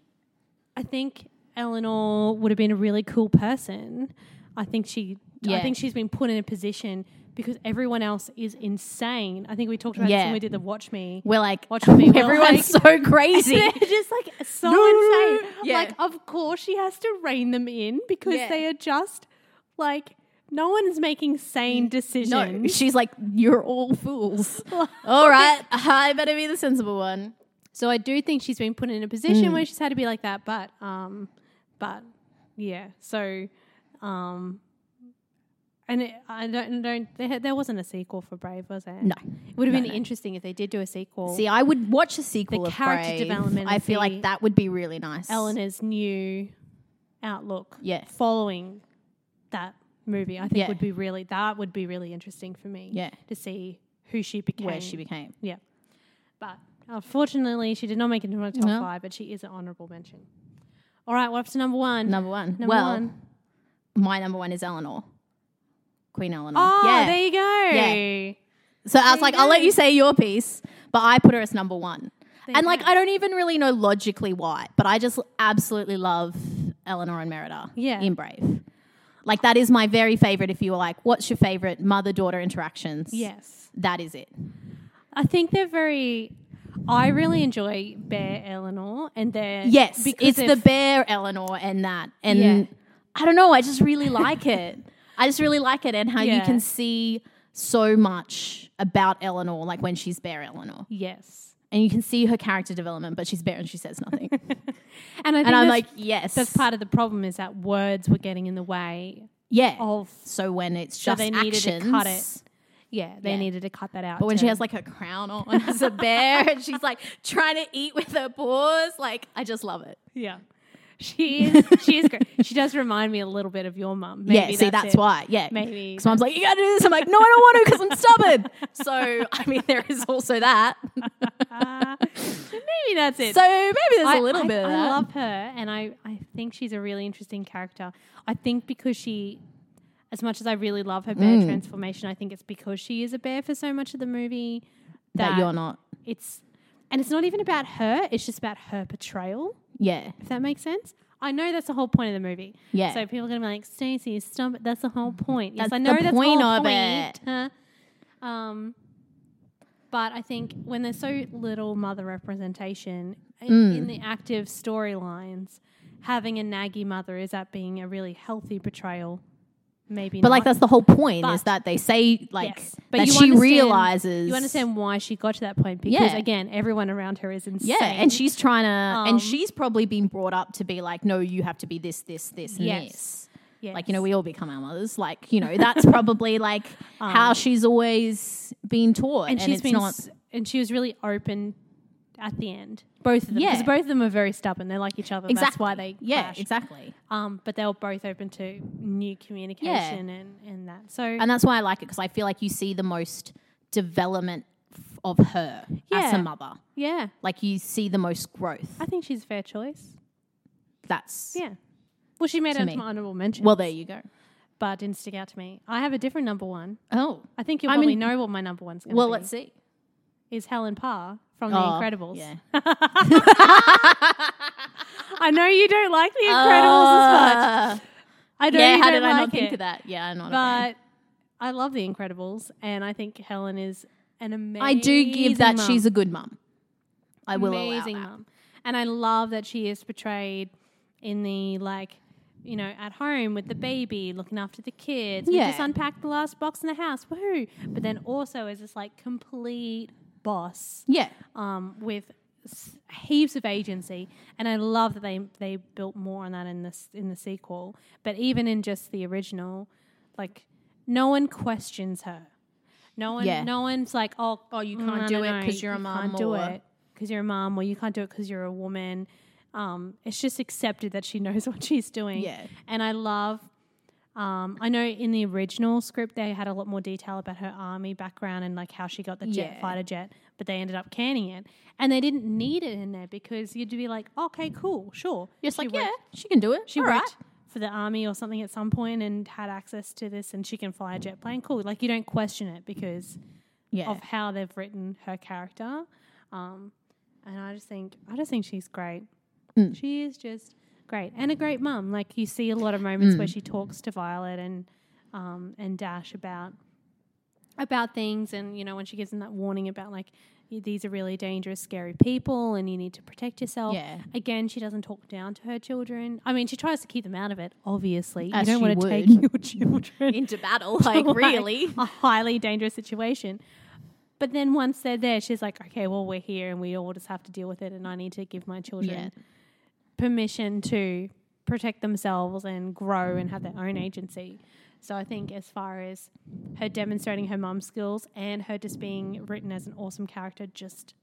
I think Eleanor would have been a really cool person. I think she I Yeah. think she's been put in a position because everyone else is insane. I think we talked about this Yeah. when we did the Watch Me. we're like, Watch me, we're everyone's so crazy. They're just like so insane. Yeah. Like, of course she has to rein them in because Yeah. they are just like no one's making sane No, decisions. she's like, you're all fools. all right, I better be the sensible one. So I do think she's been put in a position Mm. where she's had to be like that, but um but yeah. So um And it, I don't, don't there, there wasn't a sequel for Brave, was there? No. It would have No, been no. interesting if they did do a sequel. See, I would watch a sequel The of character Brave. development I of feel the like that would be really nice. Eleanor's new outlook Yeah. following that movie, I think Yeah. would be really that would be really interesting for me. Yeah. To see who she became. where she became. Yeah. But unfortunately she did not make it into my top No. five, but she is an honourable mention. All right, we're up to number one. Number one. Number well, one. my number one is Eleanor, Queen Eleanor. Oh, yeah. there you go. Yeah. so I was like, I'll let you say your piece, but I put her as number one. and like, I don't even really know logically why, but I just absolutely love Eleanor and Merida Yeah. in Brave. Like that is my very favorite. If you were like, what's your favorite mother-daughter interactions? Yes. that is it. I think they're very I really enjoy Bear Eleanor and their Yes, it's they're the f- bear Eleanor and that, and Yeah. I don't know. I just really like it. I just really like it, and how you Yeah. can see so much about Eleanor, like when she's bear Eleanor, Yes. and you can see her character development, but she's bear and she says nothing. And I think and I'm that's- like, yes, that's part of the problem is that words were getting in the way yeah. of so when it's So just they needed to actions, cut it yeah they Yeah. needed to cut that out but when she to- has like her crown on as a bear, and she's like trying to eat with her paws, like I just love it. yeah she is she is great she does remind me a little bit of your mum Maybe yeah, see, that's, it. why. Yeah, Maybe Because mom's like, you gotta do this. I'm like, no, I don't want to because I'm stubborn. So, I mean, there is also that. Ah, maybe that's it So maybe there's I- a little I- bit of I that. love her, and I, I think she's a really interesting character. I think because she, as much as I really love her Mm. bear transformation, I think it's because she is a bear for so much of the movie that, you're not. It's and it's not even about her; it's just about her portrayal. Yeah. If that makes sense. I know that's the whole point of the movie. Yeah. Mm-hmm. So people are gonna be like, Stacey, stop it. That's the whole point. Yes, That's I know the that's point the whole of point. it. Huh? Um, but I think when there's so little mother representation in, Mm. in the active storylines, having a naggy mother is that being a really healthy portrayal. Maybe, But like not. that's the whole point But- is that they say like Yes. that she understand- realizes you understand why she got to that point because Yeah. again, everyone around her is insane. Yeah, and she's trying to Um, and she's probably been brought up to be like, no, you have to be this, this, this, and Yes. this. Yes. Like, you know, we all become our mothers. Like, you know, that's probably like how she's always been taught. Um, and, And, she's it's been not s- and she was really open at the end. Both of them, because Yeah. both of them are very stubborn. They like each other. That's why they Yeah, clash. exactly. Um, but they were both open to new communication and, and that. So and that's why I like it because I feel like you see the most development f- of her as Yeah. a mother. yeah, Like you see the most growth. I think she's a fair choice. That's Yeah. Well, she made To an me. honorable mention. Well, there you go. but didn't stick out to me. I have a different number one. Oh, I think you'll I probably mean- know what my number one's going to well, be. let's see. Is Helen Parr from The Oh, Incredibles. Yeah. I know you don't like The Incredibles as much. Uh, I know yeah. you How don't did I like not think it. of that? Yeah, I'm not. a fan. But I love The Incredibles, and I think Helen is an amazing. I do give that mum. she's a good mum. I will amazing allow that. mum, and I love that she is portrayed in the like, you know, at home with the baby, looking after the kids. We just Yeah. unpacked the last box in the house, woohoo! But then also is this like complete boss, Yeah. um, with s- heaps of agency, and I love that they they built more on that in this in the sequel. But even in just the original, like no one questions her. No one, Yeah. no one's like, oh, oh, you can't do it 'cause you're a mom can't do or- it because you're a mom, or you can't do it because you're a woman. Um, it's just accepted that she knows what she's doing. Yeah. and I love. Um, I know in the original script they had a lot more detail about her army background and like how she got the jet Yeah. fighter jet, but they ended up canning it, and they didn't need it in there because you'd be like, okay, cool, sure. Just She like, worked- yeah, she can do it. she All worked right. for the army or something at some point and had access to this, and she can fly a jet plane. Cool, like you don't question it because Yeah. of how they've written her character. Um, and I just think I just think she's great. Mm. She is just great and a great mum. Like you see a lot of moments Mm. where she talks to Violet and um, and Dash about about things, and you know when she gives them that warning about like y- these are really dangerous, scary people, and you need to protect yourself. Yeah. Again, she doesn't talk down to her children. I mean, she tries to keep them out of it. Obviously, As you don't she want to would. take your children Into battle, like really. a highly dangerous situation. But then once they're there, she's like, okay, well, we're here and we all just have to deal with it. And I need to give my children permission to protect themselves and grow and have their own agency. So I think as far as her demonstrating her mum's skills and her just being written as an awesome character just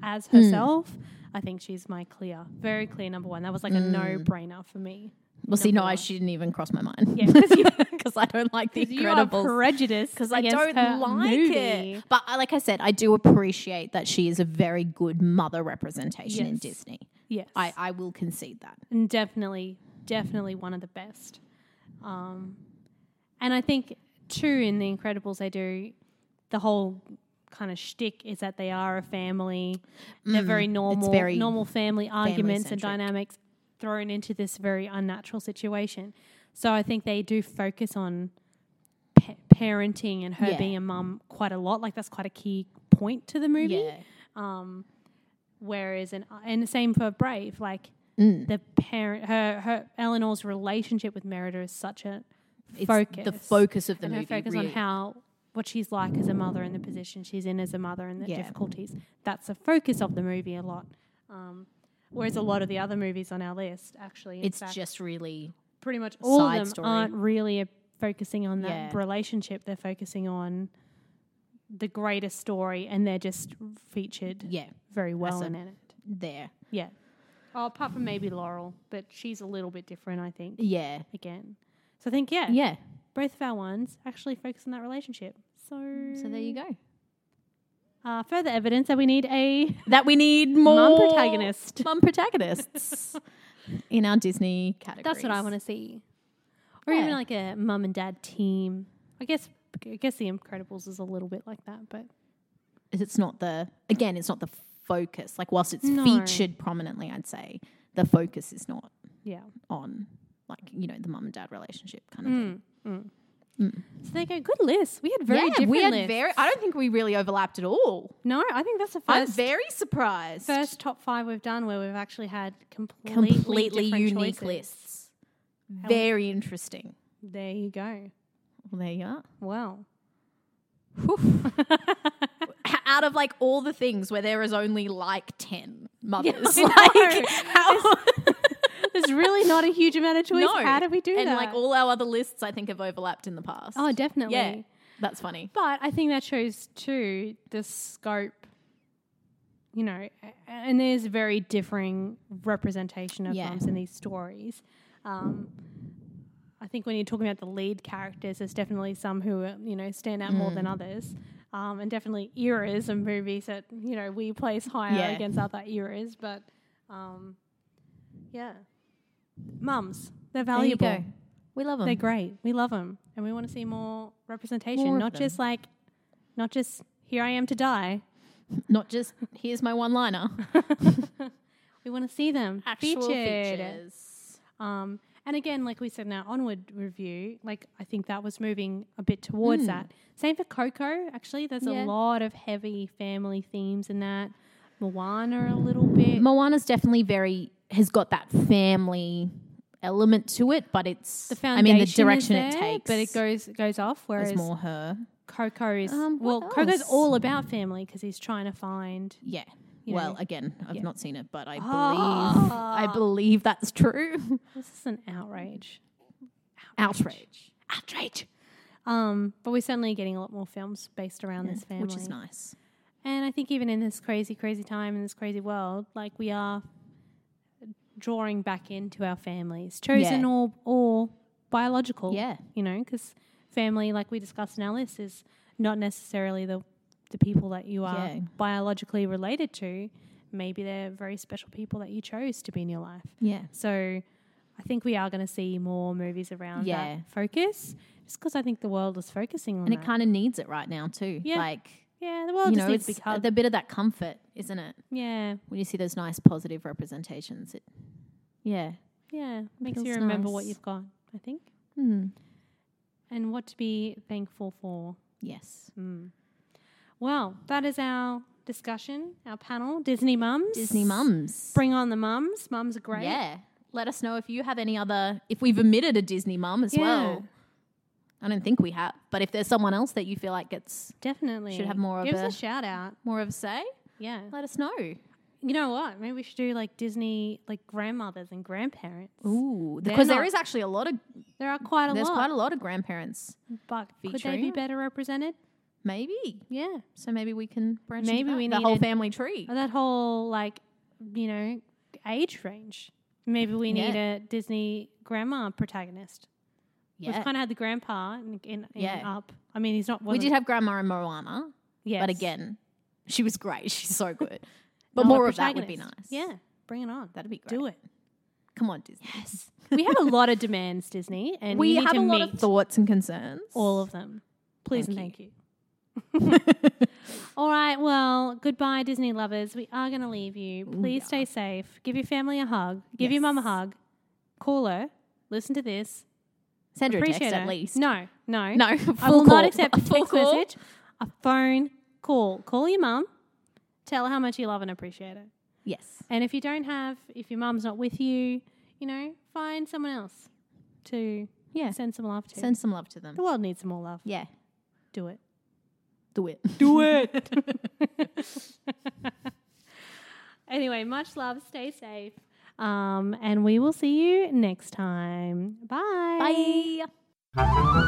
as herself, I think she's my clear, very clear number one. That was like a no-brainer for me. Well, see, no, I, she didn't even cross my mind. Yeah, 'cause you- because I don't like the You are Incredibles. prejudiced because I don't like it. But I- like I said, I do appreciate that she is a very good mother representation in Yes. Disney. Yes, I, I will concede that. and definitely, definitely one of the best. Um, and I think too in The Incredibles, they do the whole kind of shtick is that they are a family. They're very normal, Mm-hmm. very normal family arguments and family-centric. dynamics thrown into this very unnatural situation. So I think they do focus on pa- parenting and her Yeah. being a mum quite a lot. Like that's quite a key point to the movie. Whereas and and the same for Brave, like Mm. the parent her her Eleanor's relationship with Merida is such a It's focus. the focus of the and her movie. focus really. on how what she's like as a mother and the position she's in as a mother and the Yeah. difficulties. That's the focus of the movie a lot. Um, whereas a lot of the other movies on our list actually in it's fact, just really pretty much all of side them story. aren't really uh, focusing on that Yeah. relationship. They're focusing on the greater story and they're just featured yeah very well a- in it. there Yeah. Oh, apart from maybe Laurel, but she's a little bit different, I think, yeah again. So I think, yeah, yeah. both of our ones actually focus on that relationship. So, So there you go. uh, further evidence that we need a. That we need more protagonist. mum protagonists in our Disney category. That's what I want to see. Or even Yeah. like a mum and dad team. I guess, I guess The Incredibles is a little bit like that, but It's not the again. It's not the focus. Like whilst it's No. featured prominently, I'd say the focus is not yeah. on like you know the mum and dad relationship kind of thing. So they go, good list. We had Hmm. very yeah, different we had lists. very. I don't think we really overlapped at all. no, I think that's the i I'm first, very surprised. first top five we've done where we've actually had completely, completely different unique choices. lists. Very interesting. There you go. Well, there you are. Wow. H- Out of like all the things where there is only like ten mothers, I know. like how There's really not a huge amount of choice. no, How do we do and that? like all our other lists, I think have overlapped in the past. oh, definitely. yeah, that's funny. But I think that shows too the scope, you know, a- and there's very differing representation of Yeah. mums in these stories. Um, I think when you're talking about the lead characters, there's definitely some who uh, you know stand out more than Mm. others, um, and definitely eras and movies that you know we place higher Yeah. against other eras. But um, yeah, mums, they're valuable. There you go. We love them. They're great. We love them, and we want to see more representation. More of not just like, not just here I am to die. Not just here's my one liner. We want to see them Actual featured. features. Um, and again, like we said in our onward review, like I think that was moving a bit towards that. Same for Coco. Actually, there's Hmm. Yeah. a lot of heavy family themes in that. Moana a little bit. Moana's definitely very has got that family element to it, but it's the I mean Foundation the is direction it there, takes, but it goes goes off. Whereas is more her. Coco is Um, well, what Coco's else? all about family because he's trying to find Yeah. You well, know? again, I've not seen it, but I believe Ah. I believe that's true. This is an outrage. Outrage, Outrage. Um, but we're certainly getting a lot more films based around this family, which is nice. And I think even in this crazy, crazy time in this crazy world, like we are drawing back into our families, chosen Yeah. or or biological. Yeah. you know, because family, like we discussed in our list, is not necessarily the the people that you are Yeah. biologically related to. Maybe they're very special people that you chose to be in your life. Yeah, So I think we are going to see more movies around Yeah. that focus, just because I think the world is focusing on and that. it kind of needs it right now too. Yeah. Like yeah, the world you just know, needs it's a uh, big hug. the bit of that comfort, isn't it? yeah, When you see those nice positive representations, it yeah, yeah, makes you feels remember what nice. you've got. I think, Hmm. and what to be thankful for. yes, Mm. Well, that is our discussion, our panel, Disney mums. Disney mums. Bring on the mums. Mums are great. Yeah. Let us know if you have any other, if we've omitted a Disney mum as Yeah. well. I don't think we have, but if there's someone else that you feel like gets Definitely Should have more of Give a- us a shout out. more of a say, Yeah, let us know. You know what? Maybe we should do like Disney, like grandmothers and grandparents. Ooh, They're because there not- is actually a lot of There are quite a there's lot. quite a lot of grandparents. But could they be featuring. better represented? Maybe. Yeah. So maybe we can branch into Maybe that, we the whole needed- family tree. That whole like, you know, age range. Maybe we need a Disney grandma protagonist. Yeah. We've kind of had the grandpa in, in, in Yeah. up. I mean, he's not. we did wasn't- have Grandma and Moana, yes. but again, she was great. She's so good. But Another more of that would be nice. protagonist. Yeah, bring it on. That'd be great. Do it. Come on, Disney. Yes. We have a lot of demands, Disney, and we you need have to a lot meet of thoughts and concerns. all of them. Please and Thank thank you. All right, well, goodbye, Disney lovers. We are going to leave you. Please stay safe. Give your family a hug. Give your mum a hug. Call her. Listen to this. Sandra Appreciate text her. at least. No, no, No, I full will call. not accept A a full text call. message. A phone call. Call your mum. Tell her how much you love and appreciate her. Yes. And if you don't have, if your mum's not with you, you know, find someone else to Yeah. send some love to. Send some love to them. the world needs some more love. Yeah. Do it. Do it. Do it. anyway, much love. Stay safe. Um, and we will see you next time. Bye. Bye.